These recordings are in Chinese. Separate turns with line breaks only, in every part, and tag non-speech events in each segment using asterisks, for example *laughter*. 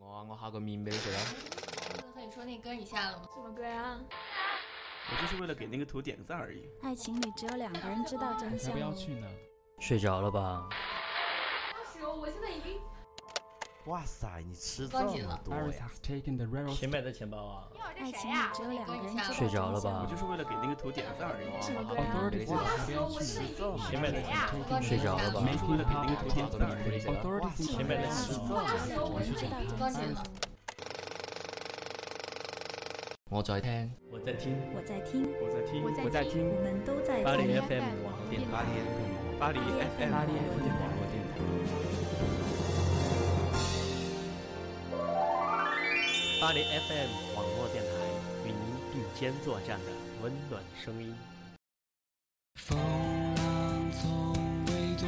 帮我哈个明白去了。
所以说那歌你下了吗？
什么歌呀、
我就是为了给那个图点个赞而已。
爱情里只有两个人知道真
才
相
不要
哦。
去呢。
睡着了吧？
我现在已经
哇塞，你吃这
抓紧
么
了
多
Iris
呀！
has taken the rare
谁买的钱包啊？
爱情里只有两个人知道真相。
睡着了吧
我就是为了给那个图点个赞而已。
什么歌呀、
authorities have
吃
taken
这么
谁买的
多
钱？
睡着了吧
没出的给那个图点个赞而已。
哇
authorities
塞，
前面的
吃
吃
这
我
么
爱情里只有两个人知道
抓
真
紧
相
了。。
我在听，
我在听，
我在听，
我在听，
我在听
我们都在
巴黎
听。
FM 网络电台。
八点。
巴黎
巴
FM
黎 FM 网络电台。
巴黎 FM 网络电台与您并肩作战的温暖声音。
风浪从未躲，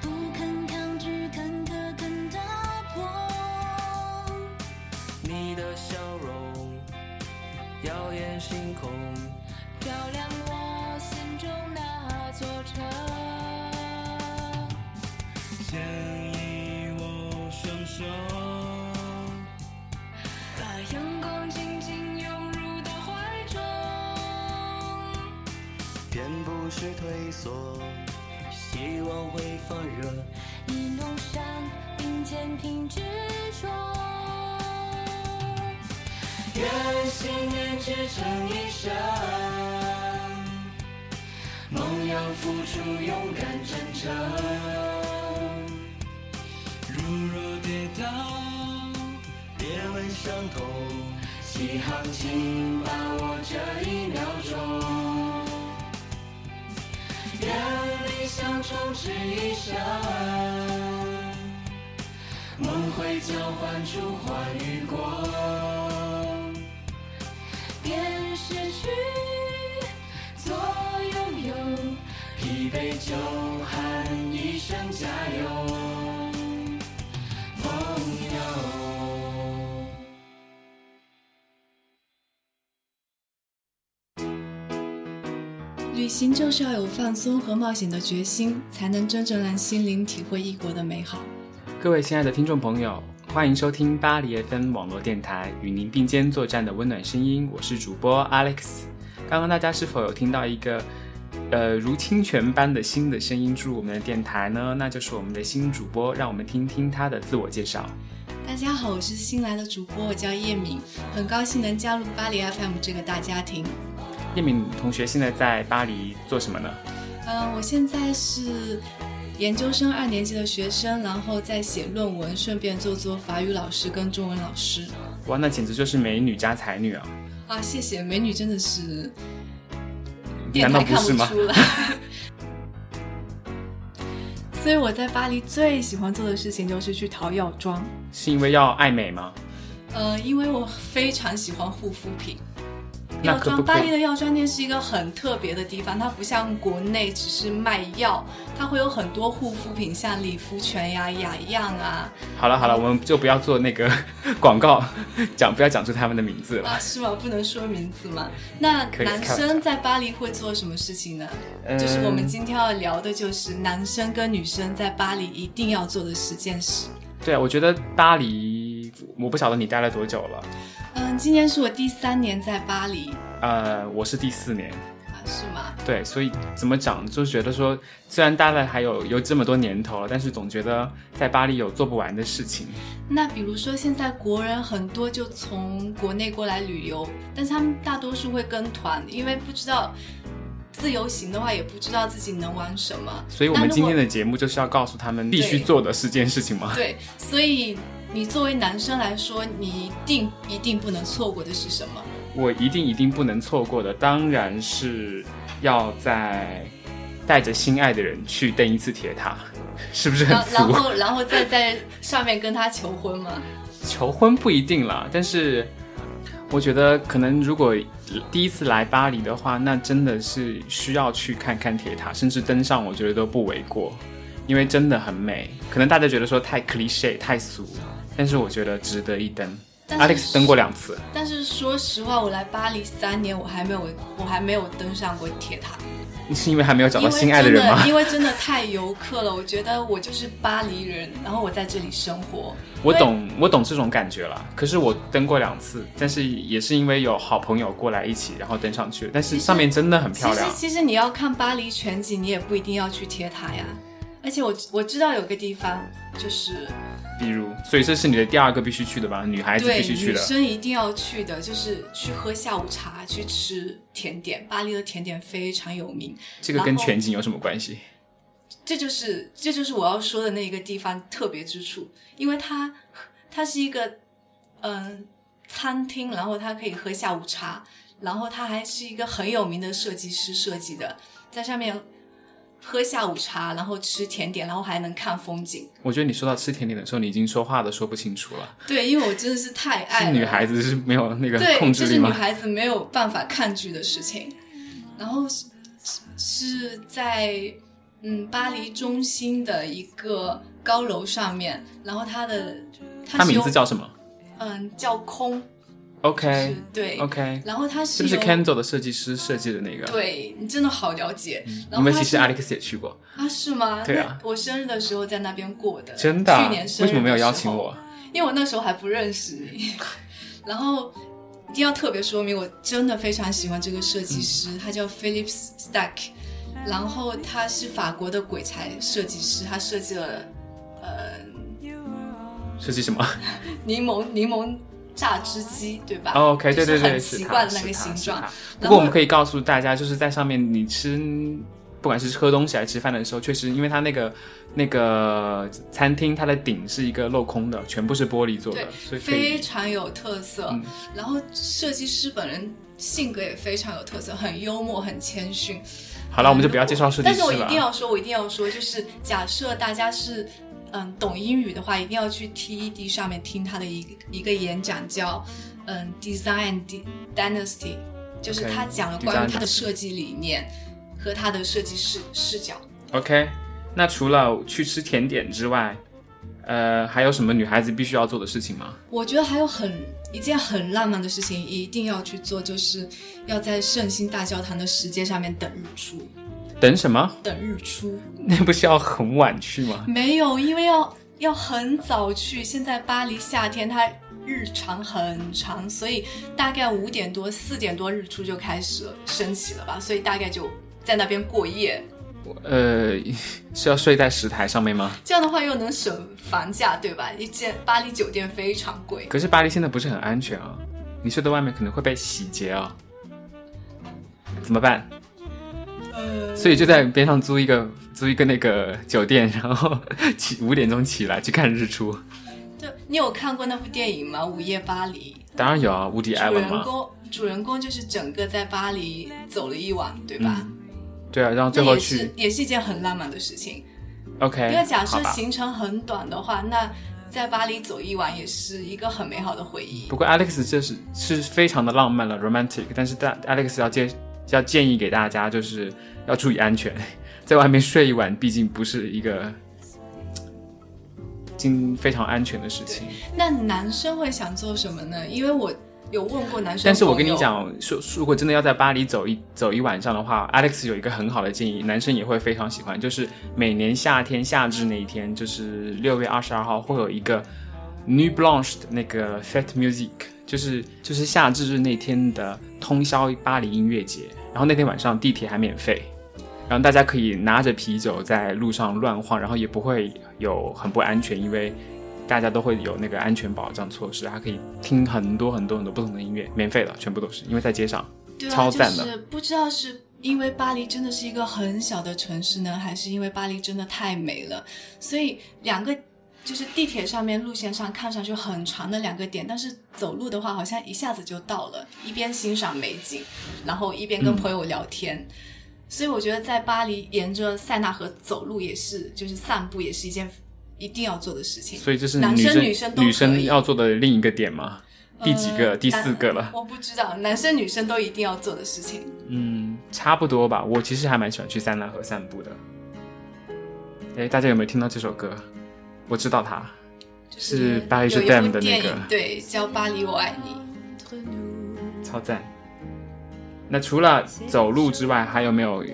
不肯抗拒，肯可肯打破。你的笑容耀眼星空，照亮我心中那座城。牵引我双手，把阳光紧紧拥入到怀中，便不是退缩，希望会放热，一路上并肩挺执着。愿信念支撑一生，梦要付出勇敢真诚。如若跌倒，别问伤痛，起航，请把握这一秒钟。愿理想充斥一生，梦会交换出欢与果。便失去，做拥有，疲惫就喊一声加油，朋友。
旅行就是要有放松和冒险的决心，才能真正让心灵体会异国的美好。
各位亲爱的听众朋友，欢迎收听巴黎 FM 网络电台，与您并肩作战的温暖声音，我是主播 Alex。刚刚大家是否有听到一个，呃，如清泉般的新的声音注入我们的电台呢？那就是我们的新主播，让我们听听他的自我介绍。
大家好，我是新来的主播，我叫叶敏，很高兴能加入巴黎 FM 这个大家庭。
叶敏同学现在在巴黎做什么呢？
嗯，我现在是研究生二年级的学生，然后在写论文，顺便做做法语老师跟中文老师。
哇，那简直就是美女加才女啊！
啊，谢谢，美女真的是电
难道
台
不
看
是吗？
出来。所以我在巴黎最喜欢做的事情就是去淘药妆。
是因为要爱美吗？
呃，因为我非常喜欢护肤品。
那
药
可
妆，
不可
巴黎
以？
的药妆店是一个很特别的地方，它不像国内只是卖药，它会有很多护肤品，像理肤泉呀、雅漾啊，
好了好了，我们就不要做那个 *laughs* 广告，讲不要讲出他们的名字了。
啊，是吗？不能说名字吗？那
可以
男
开玩笑
生在巴黎会做什么事情呢？就是我
嗯
们今天要聊的，就是男生跟女生在巴黎一定要做的十件事。
对，啊我觉得巴黎，我不晓得你待了多久了，
嗯，今年是我第三年在巴黎
呃，我是第四年，
啊，是吗？
对，所以怎么讲，就觉得说，虽然待了还有有这么多年头了，但是总觉得在巴黎有做不完的事情。
那比如说，现在国人很多就从国内过来旅游，但是他们大多数会跟团，因为不知道自由行的话，也不知道自己能玩什么。
所以我们
那如
今
果
天的节目就是要告诉他们必须
对
做的十件事情吗？
对，所以你作为男生来说，你一定一定不能错过的是什么？
我一定一定不能错过的，当然是要在带着心爱的人去登一次铁塔， *laughs* 是不是很
然然
俗？
后然后再 *laughs* 在上面跟他求婚吗？
求婚不一定啦，但是我觉得可能如果第一次来巴黎的话，那真的是需要去看看铁塔，甚至登上，我觉得都不为过，因为真的很美。可能大家觉得说太 cliche 太俗，但是我觉得值得一登。
但是
Alex 登过两次，
但是说实话，我来巴黎三年，我还没有我还没有登上过铁塔。
你 *laughs* 是因为还没有找
因
到
为
心爱的人
真
吗？
因为真的太游客了，我觉得我就是巴黎人，然后我在这里生活。
我懂，我懂这种感觉了。可是我登过两次，但是也是因为有好朋友过来一起，然后登上去。但是上面真的很
其
漂
实
亮，
其实你要看巴黎全景，你也不一定要去铁塔呀。而且我我知道有个地方就是
比如，所以这是你的第二个必须去的吧？女孩子
对
必须去
女
的。
生一定要去的，就是去喝下午茶，去吃甜点。巴黎的甜点非常有名，
这个跟全景有什么关系？
这就是这就是我要说的那个地方特别之处，因为它它是一个嗯、餐厅，然后它可以喝下午茶，然后它还是一个很有名的设计师设计的，在上面喝下午茶，然后吃甜点，然后还能看风景。
我觉得你说到吃甜点的时候，你已经说话都说不清楚了。
对，因为我真的是太
是
爱了
女孩子是没有那个
哎对，
控
这
制
是
力
女
吗？
孩子没有办法抗拒的事情。然后是是在嗯巴黎中心的一个高楼上面，然后它的它
她
是
名
由
字叫什么
嗯叫空，
？OK
是对
OK，
然后它
是
是
不是
由
Kendall 的设计师设计的那个？，
对你真的好了解，
因
然后
为嗯
它
其实
是
Alex 也去过，
啊是吗？
对啊
那我生日的时候在那边过的，
真的啊。
呃去年生
为
日
什么没有
的
邀
时
请
候
我？
因为我那时候还不认识 *laughs* 你。然后一定要特别说明，我真的非常喜欢这个设计师，他叫 Philip Stack，然后他是法国的鬼才设计师，他设计了呃
设计什么？
柠檬柠檬榨汁机，对吧、
哦，OK，
就
对
是
对对，
很
是
奇
它
怪的那
是
个
它
形
是
状
它不
然
过
后
我们可以告诉大家，就是在上面你吃，不管是喝东西还是吃饭的时候，确实因为它那个那个餐厅，它的顶是一个镂空的，全部是玻璃做的，
对
所以可
非
以。
常有特色。
嗯
然后设计师本人性格也非常有特色，很幽默，很谦逊。
好了，我们就不要介绍设计
嗯但
师了。
是我一定要说，我一定要说，就是假设大家是嗯懂英语的话，一定要去 TED 上面听他的一个一个演讲，叫嗯 Design D- Dynasty，就是他
OK，
讲了关
Design
于他的设计理念和他的设计视视角。
OK，那除了去吃甜点之外，呃，还有什么女孩子必须要做的事情吗？
我觉得还有很一件很浪漫的事情一定要去做，就是要在圣心大教堂的石阶上面等日出，
等什么？ *laughs*
等日出。
那不是要很晚去
*laughs*
吗？
没有，因为要要很早去。现在巴黎夏天它日长很长，所以大概五点多、四点多日出就开始了升起了吧，所以大概就在那边过夜。
呃，是要睡在石台上面吗？
这样的话又能省房价，对吧？一间巴黎酒店非常贵，
可是巴黎现在不是很安全啊，你睡在外面可能会被洗劫啊，怎么办？
呃，
所以就在边上租一个租一个那个酒店， *laughs* 然后起五点钟起来去看日出。
对你有看过那部电影吗？《午夜巴黎
当然有啊，无敌》，艾
主
文
人
嘛，
公主人公就是整个在巴黎走了一晚，对吧？
嗯，对啊，然后最
那
后
也是
去
也是一件很浪漫的事情。
OK，
因为假设
好吧。
行程很短的话，那在巴黎走一晚也是一个很美好的回忆
不。过 Alex 这是是非常的浪漫了，romantic，但是大 Alex 要建要建议给大家就是要注意安全， *laughs* 在外面睡一晚，毕竟不是一个经非常安全的事情。
那男生会想做什么呢？因为我有问过男生，
但是我跟你，讲，说如果真的要在巴黎走一走一晚上的话，Alex 有一个很好的建议，男生也会非常喜欢，就是每年夏天夏至那一天，就是六月二十二号会有一个 New Blanche 的那个 Fête Music，就是就是夏至日那天的通宵巴黎音乐节，然后那天晚上地铁还免费。然后大家可以拿着啤酒在路上乱晃，然后也不会有很不安全，因为大家都会有那个安全保障措施，还可以听很多很多很多不同的音乐，免费的，全部都是，因为在街上。
对啊，
超赞的
就是不知道是因为巴黎真的是一个很小的城市呢，还是因为巴黎真的太美了，所以两个。就是地铁上面路线上看上去很长的两个点，但是走路的话好像一下子就到了，一边欣赏美景，然后一边跟
嗯
朋友聊天，所以我觉得在巴黎沿着塞纳河走路也是，就是散步也是一件一定要做的事情。
所以这是
男
女
生
生
女生都可以
要做的另一个点吗？第几个？
呃
第四个
男
了？
我不知道，男生女生都一定要做的事情。
嗯，差不多吧。我其实还蛮喜欢去塞纳河散步的。哎，大家有没有听到这首歌？我知道它，是巴黎
有
J
一
Dam
部
的那
电
个
影，，对，叫《巴黎我爱你》。
超赞。那除了走路之外，还有没有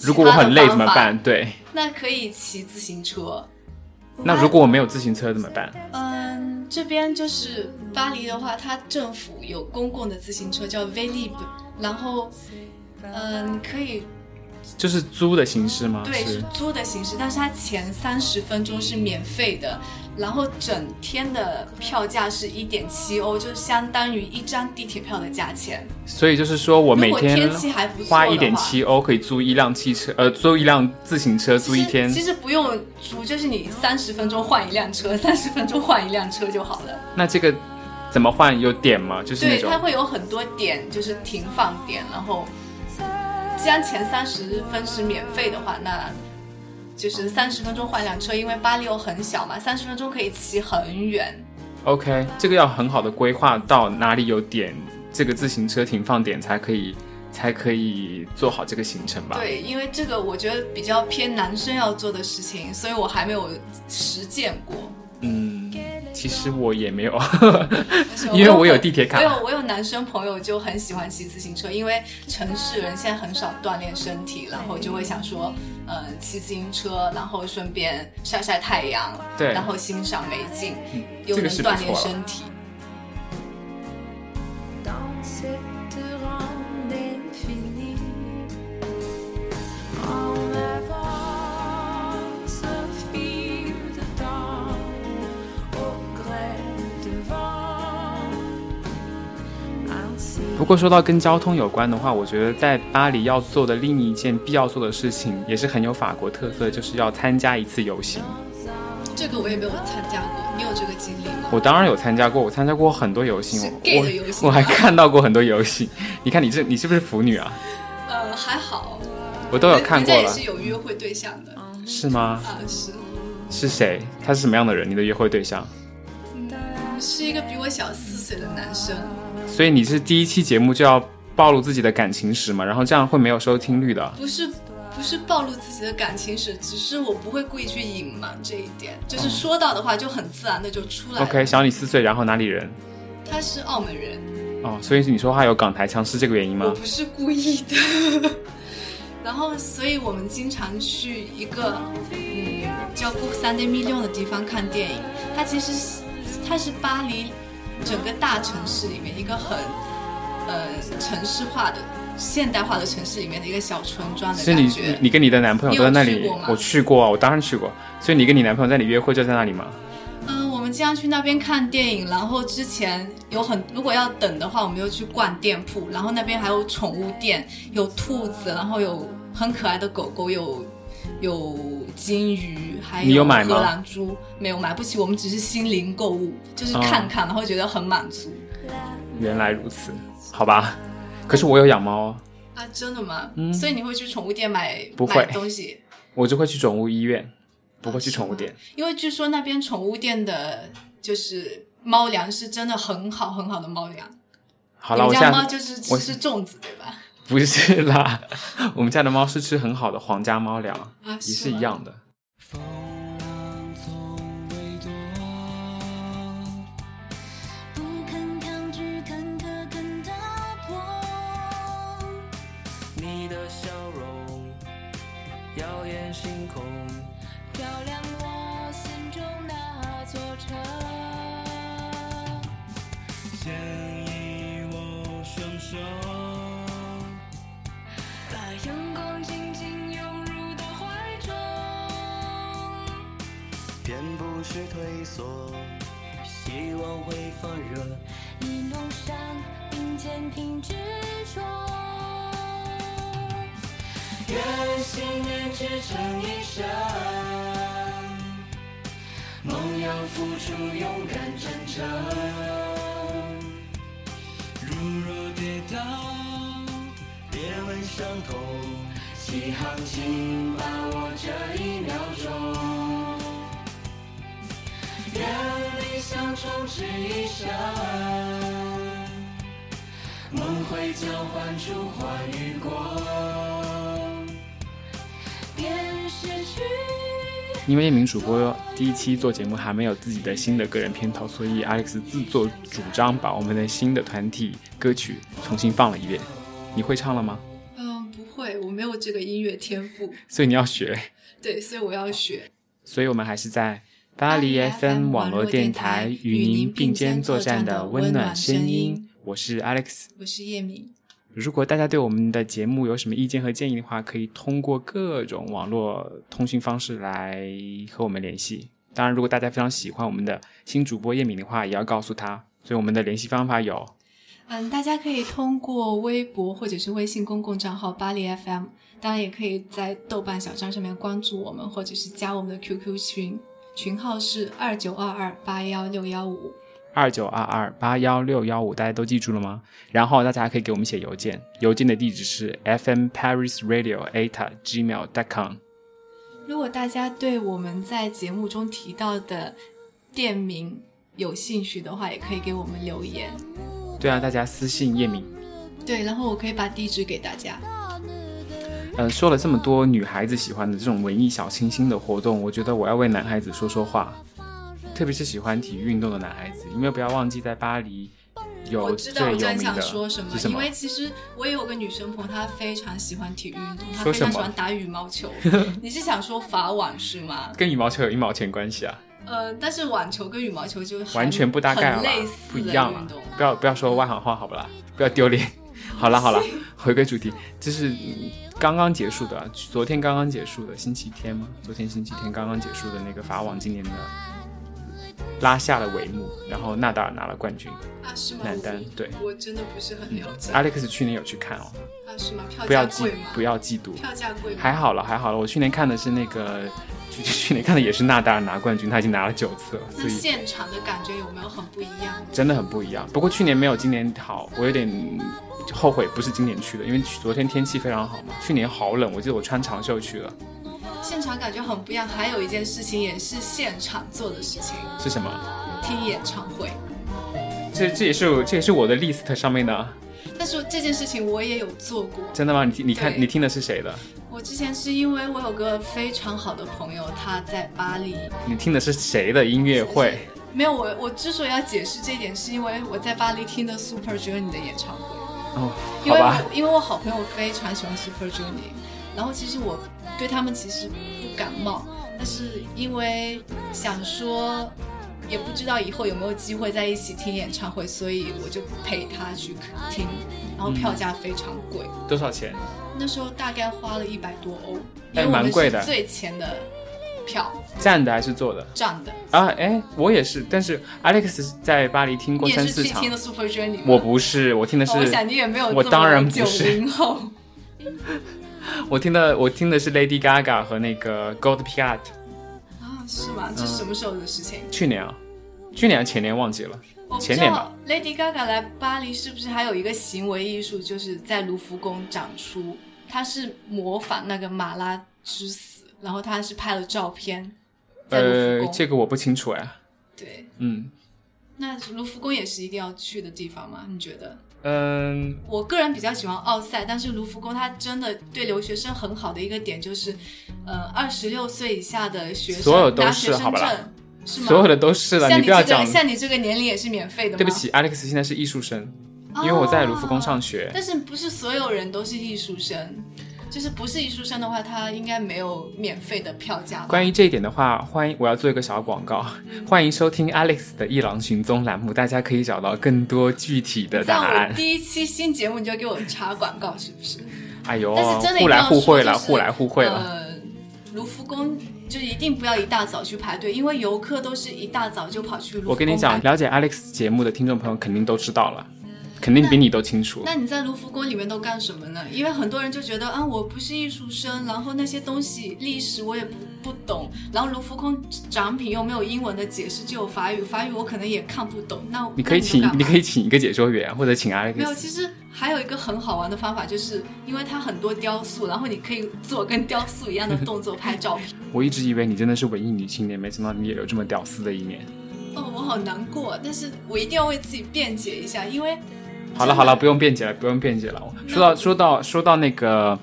如果我很累
其
怎
他的
么
方法
办？对，
那可以骑自行车。
那如果我没有自行车怎么办？
嗯，这边就是巴黎的话，它政府有公共的自行车叫 Vlib，然后嗯可以
就是租的形式吗？
对，是
是。
租的形式，但是它前三十分钟是免费的，然后整天的票价是一点七欧，就是相当于一张地铁票的价钱。
所以就是说我每
如果
天
天气还不错的话
花一点七欧可以租一辆汽车，呃，租一辆自行车，租一天
其。实其实不用租，就是你三十分钟换一辆车，三十分钟换一辆车就好了。
那这个怎么换？有点吗？就是那
对，
种
它会有很多点，就是停放点，然后既然前三十分是免费的话，那就是三十分钟换辆车，因为巴黎又很小嘛，三十分钟可以骑很远。
OK，这个要很好的规划到哪里有点这个自行车停放点才可以，才可以做好这个行程吧。
对，因为这个我觉得比较偏男生要做的事情，所以我还没有实践过。
嗯，其实我也没
*laughs*
有，
但是
*laughs* *laughs* 因为我有
很
地铁卡
我有我有男生朋友就很喜欢骑自行车，因为城市人现在很少锻炼身体，然后就会想说，嗯、骑自行车，然后顺便晒晒太阳，
对
然后欣赏美景，
嗯
又
这
能
个是不
锻
错
炼
了。
身体。
dans cette ronde infinie. En avance, file de temps, au gré du vent. Ainsi,
不过说到跟交通有关的话，我觉得在巴黎要做的另一件必要做的事情，也是很有法国特色，就是要参加一次游行。
这个我也没有参加过，你有这个经历吗？
我当然有参加过，我参加过很多游行，
是
我
gay 的游行
我我还看到过很多游行。 *laughs* 你看你这你是不是腐女啊？
呃，还好，
我都有看过了
人家也是，有约会对象的，啊、
是吗？
是。
是谁？他是什么样的人？你的约会对象？
是一个比我小四岁的男生，
所以你是第一期节目就要暴露自己的感情史嘛？然后这样会没有收听率的。
不是不是暴露自己的感情史，只是我不会故意去隐瞒这一点，就是说到的话就很自然的就出来了。
嗯 OK，小你四岁，然后哪里人？
他是澳门人，
哦，所以你说话有港台腔是这个原因
我
吗？
不是故意的。 *laughs* 然后，所以我们经常去一个嗯叫 Book Sunday Million 的地方看电影。它其实是它是巴黎整个大城市里面一个很呃城市化的现代化的城市里面的一个小村庄的
是你
感
你
觉。
你跟你的男朋友都在那
你
里
有去过吗，
我去过啊，我当然去过。所以你跟你男朋友在那里约会就在那里吗？
嗯，我们经常去那边看电影，然后之前有很，如果要等的话，我们又去逛店铺，然后那边还有宠物店，有兔子，然后有很可爱的狗狗，有有金鱼，还
你有买吗
荷兰猪，没有买不起，我们只是心灵购物，就是看看，然后觉得很满足
原来如此，好吧。可是我有养猫哦，
啊，真的吗？
嗯
所以你会去宠物店买
不会
买东西，
我就会去宠物医院，不会去宠物店。
因为据说那边宠物店的就是猫粮是真的很好很好的猫粮，
好了，
你
我
们
现
家猫
在
就是
我
吃吃粽子对吧？
不是啦，我们家的猫是吃很好的皇家猫粮，
啊
也是
是吗
一样的。
风从北躲，不肯抗拒坎坷跟打破。哦
你的笑容耀眼星空，
照亮我心中那座城。
牵引我双手，
把阳光紧紧拥入到怀中，
偏不是退缩，希望会放热。
一路上并肩挺执着。
愿信念支撑一生，梦要付出勇敢真诚。如若跌倒，别问伤痛，起航请把握这一秒钟。愿理想充斥一生，梦会交换出欢与光。
便失去。
因为夜明主播第一期做节目还没有自己的新的个人片头，所以 Alex 自作主张把我们的新的团体歌曲重新放了一遍。你会唱了吗？
嗯，不会，会，我没有这个音乐天赋，
所以你要学。
对，所以我要学。
所以我们还是在巴黎 FM 网络电台与您并肩作战的温暖声音。我是 Alex。
我是叶明，
如果大家对我们的节目有什么意见和建议的话，可以通过各种网络通讯方式来和我们联系。当然，如果大家非常喜欢我们的新主播叶敏的话，也要告诉他。所以我们的联系方法有
嗯，大家可以通过微博或者是微信公共账号巴黎 FM，当然也可以在豆瓣小站上面关注我们，或者是加我们的 QQ 群，群号是二九二二八幺六幺五。
二九二二八幺六幺五，大家都记住了吗？然后大家还可以给我们写邮件，邮件的地址是 fm paris radio ata gmail dot com。
如果大家对我们在节目中提到的店名有兴趣的话，也可以给我们留言。
对啊，大家私信叶敏。
对，然后我可以把地址给大家。
呃，说了这么多女孩子喜欢的这种文艺小清新的活动，我觉得我要为男孩子说说话，特别是喜欢体育运动的男孩子，因为不要忘记在巴黎有
我知
最
道
有
我
名的
正想说什么，
是什
因
么
为其实我也有个女生朋友，她非常喜欢体育运动，她
说
非
什么
常喜欢打羽毛
*laughs*
球。你是想说法网是吗？
跟羽毛球有一毛钱关系啊，
呃，但是网球跟羽毛球就很
完全不搭盖了
很
啦
类，似
不
的
一样了
运动。。
不要不要说外行话好不啦，不要丢脸。 *laughs* 好啦好
*laughs*
啦，回归主题，这是嗯刚刚结束的，啊昨天刚刚结束的星期天吗？昨天星期天刚刚结束的那个法网今年的拉下了帷幕，然后纳达尔拿了冠军。
啊，是吗？
男单对嗯
我真的不是很了解。啊，
Alex 去年有去看哦，
是吗？票
不要
价
嫉
贵吗？
不要嫉妒，
票价贵吗？
还好了还好了，我去年看的是那个， *laughs* 去去年看的也是纳达尔拿冠军，他已经拿了九次了，
那
所以
现场的感觉有没有很不一样？
真的很不一样。不过去年没有今年好，我有点后悔不是今年去的，因为昨天天气非常好嘛，去年好冷，我记得我穿长袖去了，
现场感觉很不一样。还有一件事情也是现场做的事情，
是什么？
听演唱会。
这这也是我这也是我的 list 上面的，
但是这件事情我也有做过。
真的吗？你听你看
对
你听的是谁的？
我之前是因为我有个非常好的朋友，他在巴黎。
你听的是谁的音乐会？
没有我，我之所以要解释这一点，是因为我在巴黎听的 Super Journey 的演唱会，
哦，
因
好
为
吧，
我因为我好朋友非常喜欢 Super Journey，然后其实我对他们其实不感冒，但是因为想说也不知道以后有没有机会在一起听演唱会，所以我就陪他去听，
嗯
然后票价非常贵。
多少钱？
那时候大概花了一百多欧，因
哎
为我
蛮
们
贵
是
的
最前的票
站的还是坐的？
站的。
啊，哎，我也是，但是 Alex 在巴黎听过
你也
三
是
四
去
场
听，的 Super Journey 吗？
我不是，我听的是，
哦我想你也没有这么
我当然不
九
是，*laughs*
零后。
我听的我听的是 Lady Gaga 和那个 Gold Piat，
啊，是吗？这是什么时候的事情？
去年啊，去年还前年忘记了，
我不
前
知
年
道
吧
Lady Gaga 来巴黎是不是还有一个行为艺术，就是在卢浮宫展出，它是模仿那个马拉之死，然后他是拍了照片在卢浮
呃，
宫。
这个我不清楚哎，
对，
嗯
那卢浮宫也是一定要去的地方吗？你觉得？
嗯，
我个人比较喜欢奥赛，但是卢浮宫它真的对留学生很好的一个点就是，呃，二十六岁以下的学生
所有都是
拿学生
好吧
证是吗？
所有的都是了，
像
不要
这个
讲，
像你这个年龄也是免费的吗？哦
对不，起，Alex 现在是艺术生，因为我在卢浮宫上学，
但是不是所有人都是艺术生，就是不是艺术生的话，他应该没有免费的票价吧。
关于这一点的话，欢迎我要做一个小广告，*laughs*
嗯
欢迎收听 Alex 的《一郎寻踪》栏目，大家可以找到更多具体的答
像
案
我。第一期新节目你就给我插广告是不是？
哎呦，
但是真
互
的一定
来
要
互
说
惠
就
了，
是
互来互惠了。
呃，卢浮宫就是一定不要一大早去排队，因为游客都是一大早就跑去卢浮宫。
我跟你讲，，了解 Alex 节目的听众朋友肯定都知道了，肯定比你都清楚。
那你在卢浮宫里面都干什么呢？因为很多人就觉得啊，我不是艺术生，然后那些东西历史我也不不懂，然后卢浮宫展品又没有英文的解释，只有法语，法语我可能也看不懂。那
你可以请
那，你
你
都干嘛
可以请一个解说员，或者请
没有，
Alex。
其实还有一个很好玩的方法，就是因为它很多雕塑，然后你可以做跟雕塑一样的动作拍照片。
我一直以为你真的是文艺女青年，没想到你也有这么屌丝的一面。
哦，我好难过，但是我一定要为自己辩解一下，因为
好了好了，不用辩解了，不用辩解了。说到说到说到那个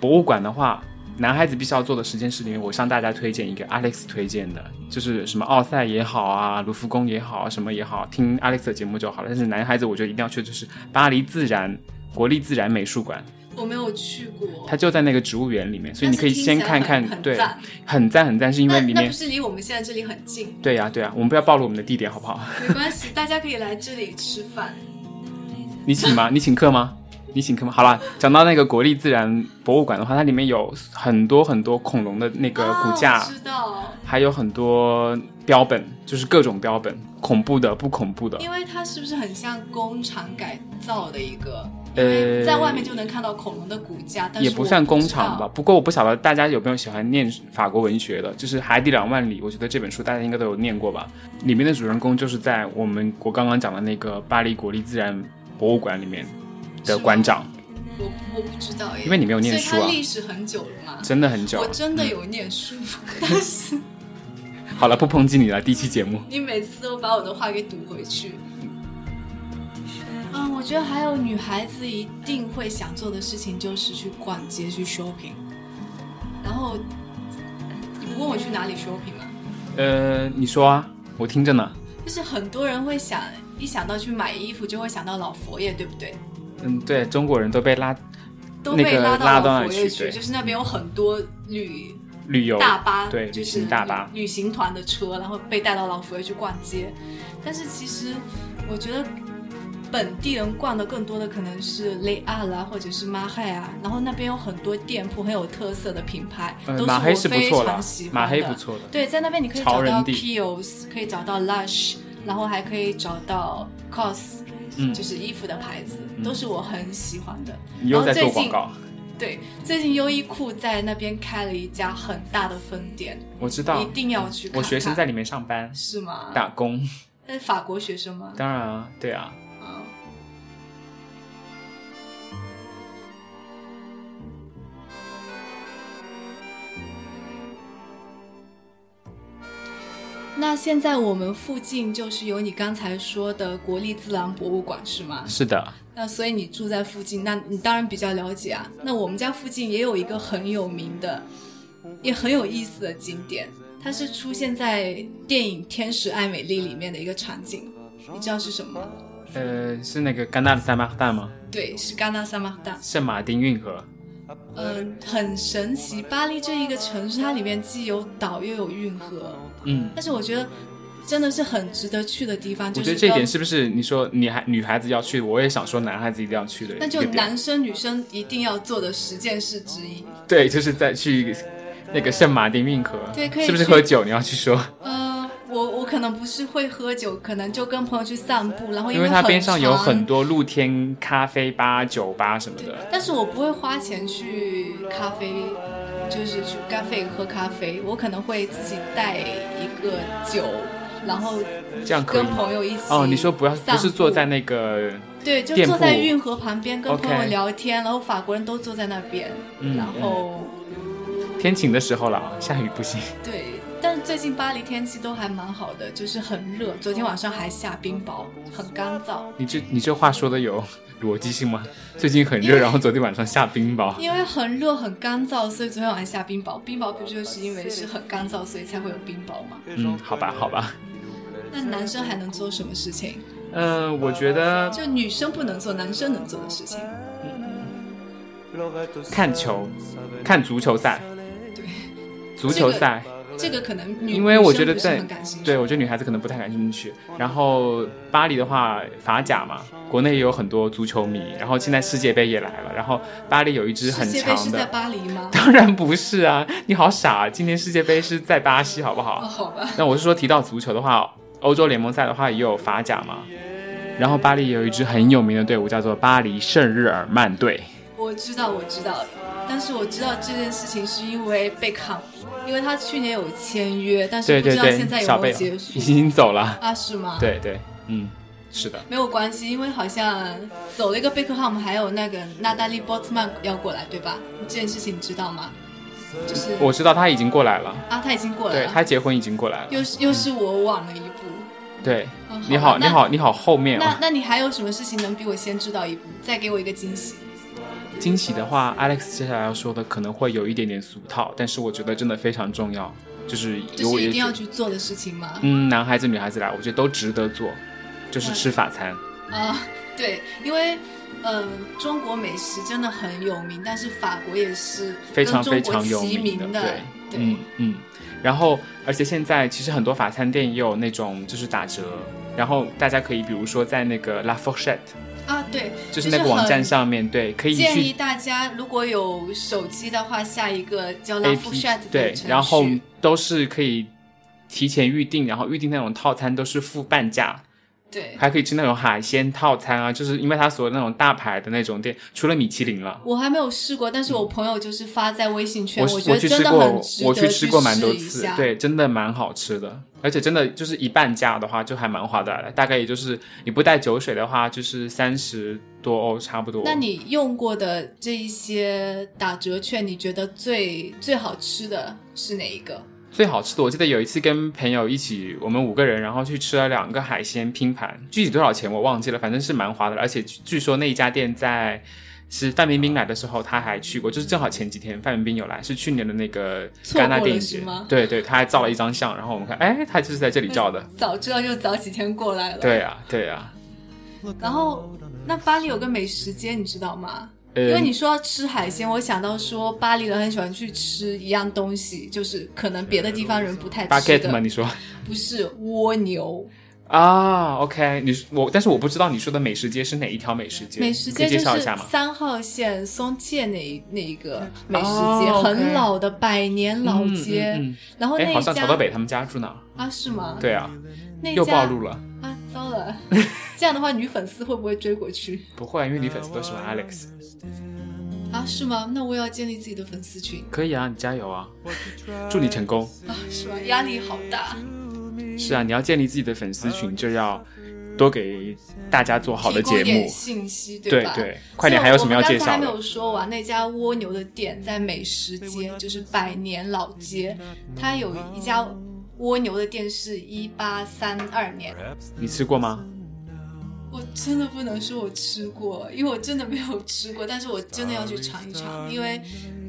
博物馆的话，男孩子必须要做的十件事里面，我向大家推荐一个 Alex 推荐的，就是什么奥赛也好啊，卢浮宫也好啊，什么也好，听 Alex 的节目就好了。但是男孩子我觉得一定要去，就是巴黎自然国立自然美术馆，
我没有去过，
它就在那个植物园里面，所以
但
你
是
可以
听
先
起来
看
很
看，
很
对，
赞
很赞很赞，是因为
那
里
那
面
不，是离我们现在这里很近，
对呀、对呀、我们不要暴露我们的地点好不好？
没关系，大家可以来这里吃饭。
你请吗？你请客吗？你请客吗？好啦，讲到那个国立自然博物馆的话，它里面有很多很多恐龙的那 *laughs* 个骨架，
哦我知道，
还有很多标本，就是各种标本，恐怖的、不恐怖的。
因为它是不是很像工厂改造的一个？因
呃
为在外面就能看到恐龙的骨架，但是
也不算工厂吧，
我不知道。
不过我不晓得大家有没有喜欢念法国文学的，就是《海底两万里》，我觉得这本书大家应该都有念过吧。里面的主人公就是在我们我刚刚讲的那个巴黎国立自然博物馆里面的馆长，
我我不知道耶，
因为你没有念
所以
书啊
它历史很久了嘛。
真的很久
我
了。嗯
真的有念书， *laughs* 但是
好了，不抨击你了，第一期节目。
你每次都把我的话给堵回去。嗯，我觉得还有女孩子一定会想做的事情就是去逛街去 shopping，然后呃你不问我去哪里 shopping 吗？
呃，你说啊，我听着呢。
就是很多人会想，一想到去买衣服就会想到老佛爷，对不对？
嗯，对中国人都被拉
都
那
被
个拉
拉到
到
老
那
佛
去
爷去，
对
就是那边有很多旅
旅游
大巴，
对
就
旅
是
行大巴
旅旅行团的车，然后被带到老佛爷去逛街。但是其实我觉得本地人逛的更多的可能是 Lay 啊啦，或者是马海啊，然后那边有很多店铺很有特色的品牌，
呃
都
马黑是
是我
不
非
错的
常喜，欢的。
马黑不错的。
对，在那边你可以
潮
找
人
到
地
Kiehl's，可以找到 Lush，然后还可以找到 COS，、
嗯
就是衣服的牌子，都是我很喜欢的。
你又在
然
做
后最
广
近
告，
对，最近优衣库在那边开了一家很大的分店，
我知道
一。定要去看看。
我学生在里面上班
是吗？
打工，
那是法国学生吗？
当然啊，对啊。
啊，那现在我们附近就是有你刚才说的国立自然博物馆，是吗？
是的，
那所以你住在附近，那你当然比较了解啊。那我们家附近也有一个很有名的，也很有意思的景点，它是出现在电影《天使爱美丽》里面的一个场景，你知道是什么吗？
呃，是那个戛纳的萨马赫旦吗？
对，是戛纳萨马达。
圣马丁运河。
嗯，很神奇，巴黎这一个城市，它里面既有岛又有运河，
嗯，
但是我觉得真的是很值得去的地方。
我
就
觉
是
得这一
跟
点是不是你说女孩女孩子要去，我也想说男孩子一定要去的一
那
个
就
点。
男生女生一定要做的十件事之一。
对，就是在去那个圣马丁运河。
对可以
是不是
去
喝酒？你要去说，
呃，我我可能不是会喝酒，可能就跟朋友去散步，然后
因
哦为
为它边上有
很
很
长。
多露天咖啡吧、酒吧什么的。
但是我不会花钱去咖啡，就是去咖啡喝咖啡，我可能会自己带一个酒，然后
这样可以
跟
吗
朋友一起。
哦，你说不要不
散
是坐
步
在那个
对，就
店
坐在
铺
运河旁边跟
OK
朋友聊天然后法国人都坐在那边，
嗯
然后
天晴的时候了啊，下雨
*laughs*
不行。
对，但是最近巴黎天气都还蛮好的，就是很热，昨天晚上还下冰雹，很干燥。
你这你这话说的有逻辑性吗？最近很
因
热，
为
然后昨天晚上下冰雹。
因为很热很干燥，所以昨天晚上下冰雹。冰雹不就是因为是很干燥，所以才会有冰雹吗？
嗯，好吧，好吧。
那男生还能做什么事情？
嗯、我觉得
就女生不能做，男生能做的事情。
看球，看足球赛，
对，
足球赛，
这个可能女
因为我觉得
女生不是
在
很感兴趣。
对我觉得女孩子可能不太感兴趣。然后巴黎的话，法甲嘛，国内也有很多足球迷。然后现在世界杯也来了，然后巴黎有一支很
世界杯
强
是在
的。？
巴黎吗
当然不是啊，你好傻、啊！今年世界杯是在巴西，好不
哦，
好？
好吧，
那我是说，提到足球的话，欧洲联盟赛的话也有法甲嘛。然后巴黎也有一支很有名的队伍，叫做巴黎圣日耳曼队。
我知道，我知道，但是我知道这件事情是因为贝康，因为他去年有签约，但是
对
不
对
知道现
对，
在
小
有
贝
没有结
已
束
经走了。
啊？是吗？。
对对，嗯，是的，
没有关系，因为好像走了一个贝克汉姆，还有那个娜达莉波茨曼要过来，对吧？这件事情你知道吗？就是
我知道他已经过来了，
啊，他已经过来
对他
了，
结婚已经过来了。
又是又是我晚了一步。
对
嗯，
你
好
好，
吧
你
那
好，你好，后面
那
哦。
那你还有什么事情能比我先知道一步？再给我一个惊喜。
惊喜的话，Alex 接下来要说的可能会有一点点俗套，但是我觉得真的非常重要，就是
这
我
是
也
一
觉
定要
得
去做的事情吗？
嗯，男孩子女孩子来，我觉得都值得做，就是
嗯
吃法餐。
啊、对，因为呃，中国美食真的很有名，但是法国也是
非常非
跟中国
常有
齐
名
名
对，
对，
嗯嗯。然后，而且现在其实很多法餐店也有那种就是打折，然后大家可以比如说在那个 La Fourchette，
啊，对，
就是那个网站上面，对，可以
建
去
议大家如果有手机的话，下一个叫 La
A
f o u c h e t
P
的
对
程，序
然后都是可以提前预定，然后预定那种套餐都是付半价，
对，
还可以吃那种海鲜套餐啊，就是因为它所有那种大牌的那种店，除了米其林了。
我还没有试过，但是我朋友就是发在微信圈，
嗯我
我
是
觉
我
得
去
真
吃
的
过
很值，得
我去吃
试
过蛮多
一
次，
下，
对，真的蛮好吃的，而且真的就是一半价的话，就还蛮划得来的，大概也就是你不带酒水的话，就是三十多欧差不多。
那你用过的这一些打折券，你觉得最最好吃的是哪一个？
最好吃的，我记得有一次跟朋友一起，我们五个人，然后去吃了两个海鲜拼盘，具体多少钱我忘记了，反正是蛮划的。而且据据说那一家店在是范冰冰来的时候，他还去过，就是正好前几天范冰冰有来，是去年的那个
错过
戛纳
了
电影节
是吗，
对对，他还照了一张相，然后我们看，哎，他就是在这里照的。
早知道就早几天过来了。，
对啊，对啊，
然后那巴黎有个美食街，你知道吗？
呃，
因为你说要吃海鲜，我想到说巴黎人很喜欢去吃一样东西，就是可能别的地方人不太
b
吃
u g u 吗？
的，
你说
不是蜗牛。
啊？OK，你我，但是我不知道你说的美食街是哪一条美食街，
美食
你可以
街
介
就
绍一
是
下吗？
三号线松界那一那一个美食街，
哦，OK
很老的百年老街。
嗯嗯嗯
然后
哎、
那
好
一
像
家
曹德北他们家住哪儿？
啊，是吗？，
对啊，
那一家
又暴露了。
啊，糟了！这样的话，女粉丝会不会追过去
不会啊，因为你粉丝都喜欢 Alex。
啊？是吗？那我也要建立自己的粉丝群
可以啊，你加油啊！祝你成功。
啊，是吧？压力好大，
是啊，你要建立自己的粉丝群，就要多给大家做好的
提供
节
一点
目。
信息
对
吧？
对，快点，还有什么要介
我们刚
绍
才还没
的
有？说完，那家蜗牛的店在美食街，就是百年老街，它有一家蜗牛的店是一八三二年。
你吃过吗？
我真的不能说我吃过，因为我真的没有吃过，但是我真的要去尝一尝，因为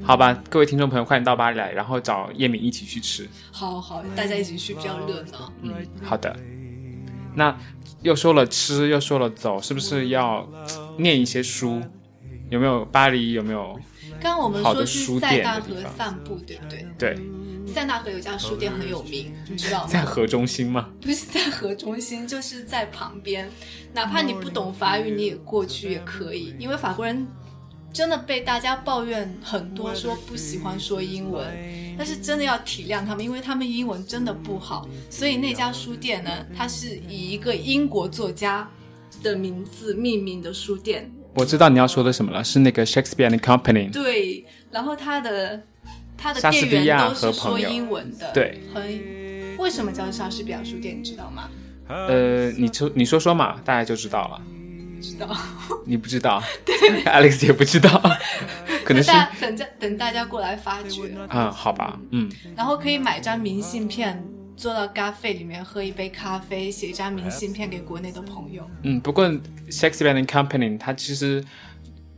好吧，各位听众朋友，快点到巴黎来，然后找叶敏一起去吃。
好好大家一起去比较热闹。
嗯，好的。那又说了吃，又说了走，是不是要嘖念一些书？有没有巴黎？有没有？
刚刚我们
好的
说去
书
塞
店
纳
的地
河
方
散步，对不对？
对，
塞纳河有家书店很有名，你知
*laughs*
道吗？
在河中心吗？
不是在河中心，就是在旁边。哪怕你不懂法语，你也过去也可以，因为法国人真的被大家抱怨很多，说不喜欢说英文。但是真的要体谅他们，因为他们英文真的不好。所以那家书店呢，它是以一个英国作家的名字命名的书店。
我知道你要说的什么了，是那个 Shakespeare and Company。
对，然后它的它的
莎士
店
比
员
亚
都
和
是说
朋友
英文的，
对，
很。为什么叫莎士比亚书店？你知道吗？
呃，你说你说说嘛，大家就知道了。
不知道。
你不知
*laughs*
道，Alex 也不知道，可能是
大等家等大家过来发掘，
嗯，好吧，嗯，
然后可以买张明信片，坐到咖啡里面喝一杯咖啡，写一张明信片给国内的朋友。
嗯，不过 Shakespeare and Company 它其实，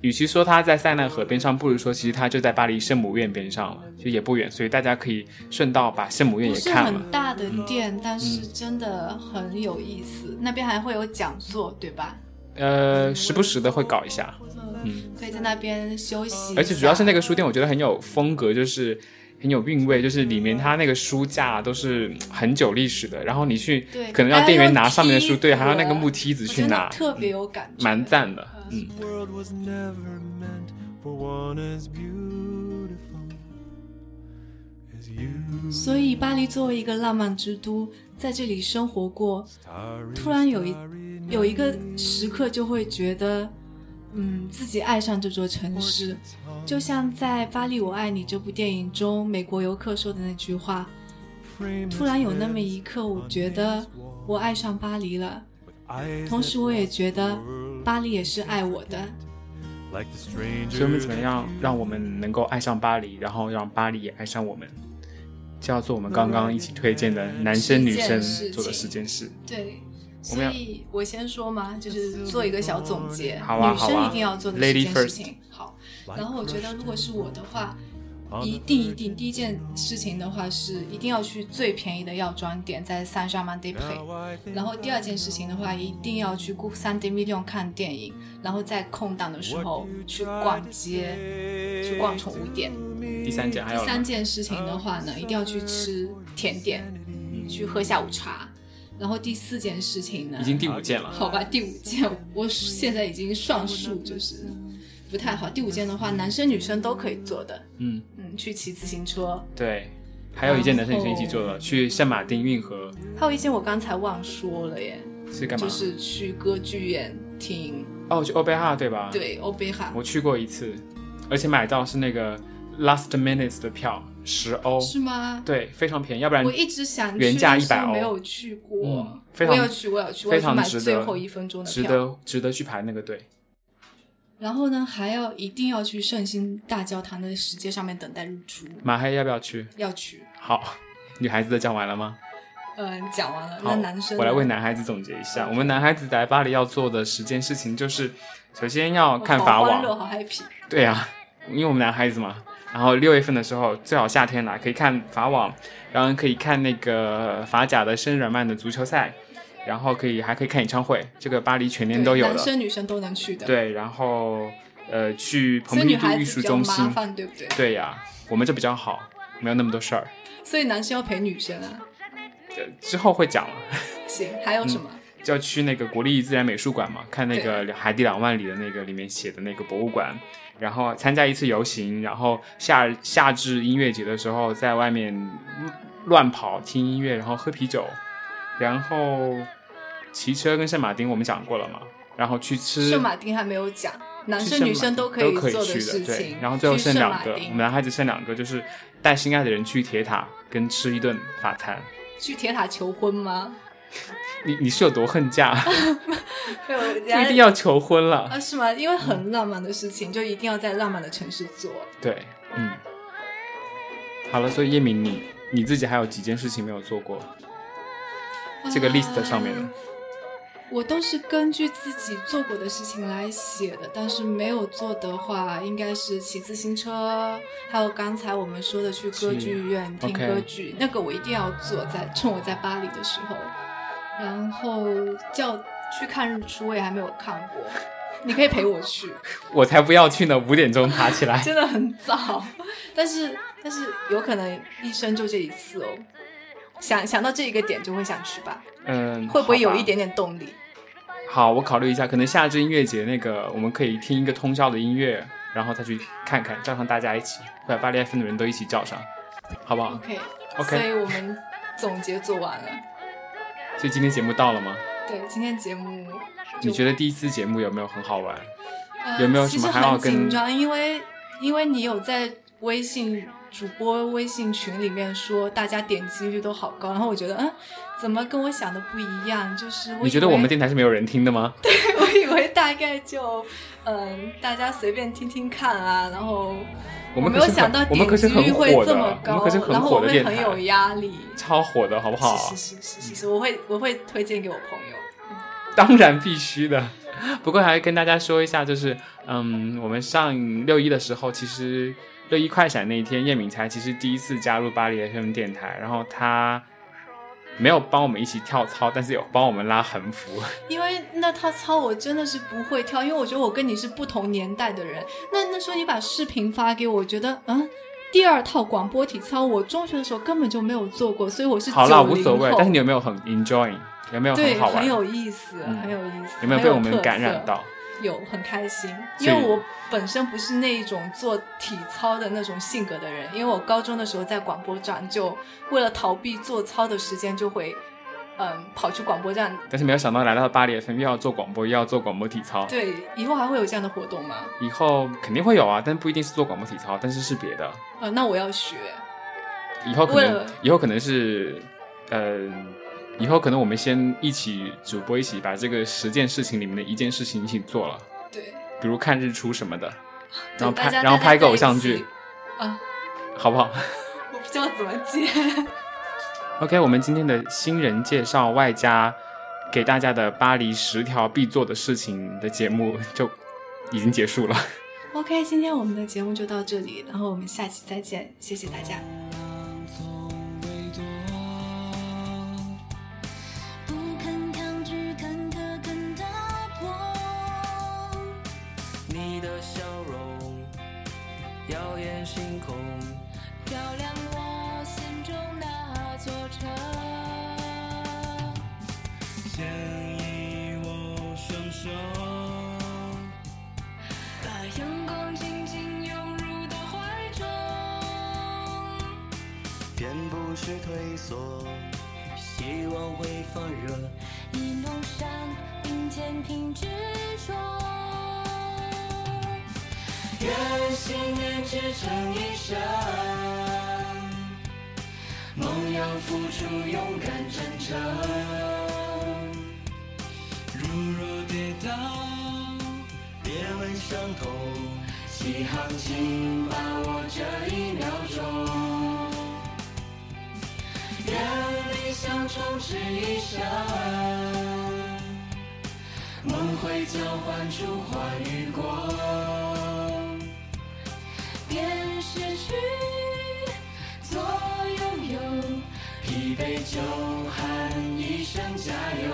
与其说它在塞纳河边上，不如说其实它就在巴黎圣母院边上了，就也不远，所以大家可以顺道把圣母院
不
也
是
看嗯了
很。大的店，但是真的很有意思。那边还会有讲座，对吧？
呃，时不时的会搞一下，嗯，
可以在那边休息一下。
而且主要是那个书店，我觉得很有风格，就是。很有韵味，就是里面它那个书架都是嗯很久历史的，然后你去
对
可能让店员拿上面的书，
还有
对，还要
梯子
那个木梯子
我
去
觉
拿嗯
得，特别有感觉，
蛮赞的，嗯。
world was never meant for one as beautiful as you.
所以巴黎作为一个浪漫之都，在这里生活过，
Starry,
突然有一
starry
有一个时刻就会觉得，嗯，自己爱上这座城市，就像在《巴黎我爱你》这部电影中，美国游客说的那句话。突然有那么一刻，我觉得我爱上巴黎了，
eyes
同时我也觉得巴黎也是爱我的。
like the stranger.
所以我们怎么样让我们能够爱上巴黎，然后让巴黎也爱上我们？这要做我们刚刚一起推荐的男生女生做的十嗯件事。
对，
我
所
们要
以我先说嘛，就是 *laughs* 做一个小总结，
好啊
女
好
生
啊
一定要做的
Lady
十件事情。好，然后我觉得如果是我的话，
哦
一定一定，第一件事情的话是一定要去最便宜的药妆店，在三沙 Monday Play。然后第二件事情的话，一定要去顾三 D Million 看电影，然后在空档的时候去逛街，去逛宠物店。
第三件还
第
有
三件事情的话呢，一定要去吃甜点，去喝下午茶。然后第四件事情呢，
嗯已经第五件了，
好吧，第五件我现在已经上述就是不太好。第五件的话，男生女生都可以做的，
嗯，
嗯，去骑自行车。
对，还有一件男生女生一起做的，去圣马丁运河
还有一件我刚才忘说了耶，
是干嘛？
就是去歌剧院听
哦，去欧贝哈对吧？，
对欧贝哈，
我去过一次，而且买到是那个 last minutes 的票，十欧，
是吗？
对，非常便宜，要不然
我一直想去，
原价
但是
100欧
没有去过。
嗯非
我
常
要去，我要去，我
非
要去
常
买
值得，
最后一分钟的
值
票。
得值得去排那个队。
然后呢，还要一定要去圣心大教堂的石阶上面等待日出，
马黑要不要去？
要去。
好， *laughs* 女孩子的讲完了吗？
嗯，讲完了。那
好，
男生呢，哦
我来为男孩子总结一下，我们男孩子来巴黎要做的十件事情就是，首先要看法
好欢哦乐，
网，
好 happy。
对啊，因为我们男孩子嘛。然后六月份的时候，最好夏天来，可以看法网，然后可以看那个法甲的深软曼的足球赛，然后可以还可以看演唱会，这个巴黎全年都有
对男
的。
生女生都能去的。，
对，然后呃去
所
蓬皮
以女
杜
孩
艺
子
术
比较
中
麻
心，
烦，对不对？
对呀、我们这比较好，没有那么多事儿。
所以男生要陪女生啊。
呃之后会讲了，
行，还有什么？
就要去那个国立自然美术馆嘛，看那个海底两万里的那个里面写的那个博物馆，然后参加一次游行，然后夏夏至音乐节的时候在外面乱跑听音乐，然后喝啤酒，然后骑车跟圣马丁我们讲过了嘛，然后去吃
圣马丁还没有讲，男
去
生
圣
女
马
生
都
可以做
去
事
对
情。。
然后最后
去
剩两
马
个，我
丁
们男孩子剩两个，就是带心爱的人去铁塔跟吃一顿法餐。
去铁塔求婚吗？
你你是有多恨
*laughs*
嫁？
没有，不
不一定要嗯求婚了
啊？。是吗？因为很浪漫的事情，就一定要在浪漫的城市做。
对，嗯。好了，所以叶明，你你自己还有几件事情没有做过？
嗯
这个 list 上面的
啊，我都是根据自己做过的事情来写的，但是没有做的话，应该是骑自行车，啊还有刚才我们说的去歌剧院
是
听
OK
歌剧那个我一定要做在，趁我在巴黎的时候，然后叫去看日出，我也还没有看过，你可以陪我去，
我才不要去呢！五点钟爬起来，
真的很早，但是但是有可能一生就这一次哦，想想到这一个点就会想去吧，
嗯，
会不会
好吧
有一点点动力？
好，我考虑一下，可能夏至音乐节那个，我们可以听一个通宵的音乐，然后再去看看，叫上大家一起，把巴黎 F 的人都一起叫上，好不好？
OK
OK
所以我们总结做完了。
所以今天节目到了吗？
对，今天节目就
你觉得第一次节目有没有很好玩？
呃
有没有什么还要
其实很
跟
紧张，因为因为你有在微信主播微信群里面说大家点击率都好高，然后我觉得嗯，怎么跟我想的不一样？就是我
你觉得
以为
我们电台是没有人听的吗？
我以为大概就嗯，大家随便听听看啊，然后
我
我
们
没
可
有
是
想
很
到
我们
点
可是
击
很
率会
火
这
的，
么
我
高，
们可是
然
很
后我
火的
会
电
很
台，
有压力。
超火的，好不好？
是是是是是是，我会我会推荐给我朋友。
*laughs* 当然必须的。不过还跟大家说一下，就是嗯，我们上六一的时候，其实六一快闪那一天，叶敏才其实第一次加入巴黎 FM 电台，然后他没有帮我们一起跳操，但是有帮我们拉横幅。
因为那套操我真的是不会跳，因为我觉得我跟你是不同年代的人。那那时候你把视频发给我，我觉得嗯，第二套广播体操我中学的时候根本就没有做过，所以我是
好啦，
90
无所谓。
后
但是你有没有很 enjoy？有没有
对
很好玩？
很有意思，
嗯
很有意思，
有没有被我们
很有特色
感染到？？
有，很开心，
所以
因为我本身不是那一种做体操的那种性格的人，因为我高中的时候在广播站就为了逃避做操的时间就会。嗯，跑去广播站，
但是没有想到来到巴黎 FM 又要做广播，又要做广播体操。
对，以后还会有这样的活动吗？
以后肯定会有啊，但不一定是做广播体操，但是是别的。
呃，那我要学。
以后可
为
能
了
以后可能是，呃，以后可能我们先一起主播一起把这个十件事情里面的一件事情一起做了，
对，
比如看日出什么的，
对
然后
大
拍
家
然后
大家
拍个
在
偶像
一起
剧，
啊，
好不好
我不知道怎么接。
？OK，我们今天的新人介绍外加给大家的巴黎十条必做的事情的节目就已经结束了。
OK，今天我们的节目就到这里，然后我们下期再见，谢谢大家。
不肯抗拒，肯可肯打破。
你的笑容耀眼星空，
照亮我心中那座城。
牵引我双手，
把阳光紧紧拥入到怀中，
偏不是退缩，希望会放热。
一路上并肩挺执着。
愿信念支撑一生，梦要付出勇敢真诚。如若跌倒，别问伤痛，起航请把握这一秒钟。愿理想充斥一生，啊梦会交换出欢与果。
便失去左拥有，
疲惫就喊一声加油。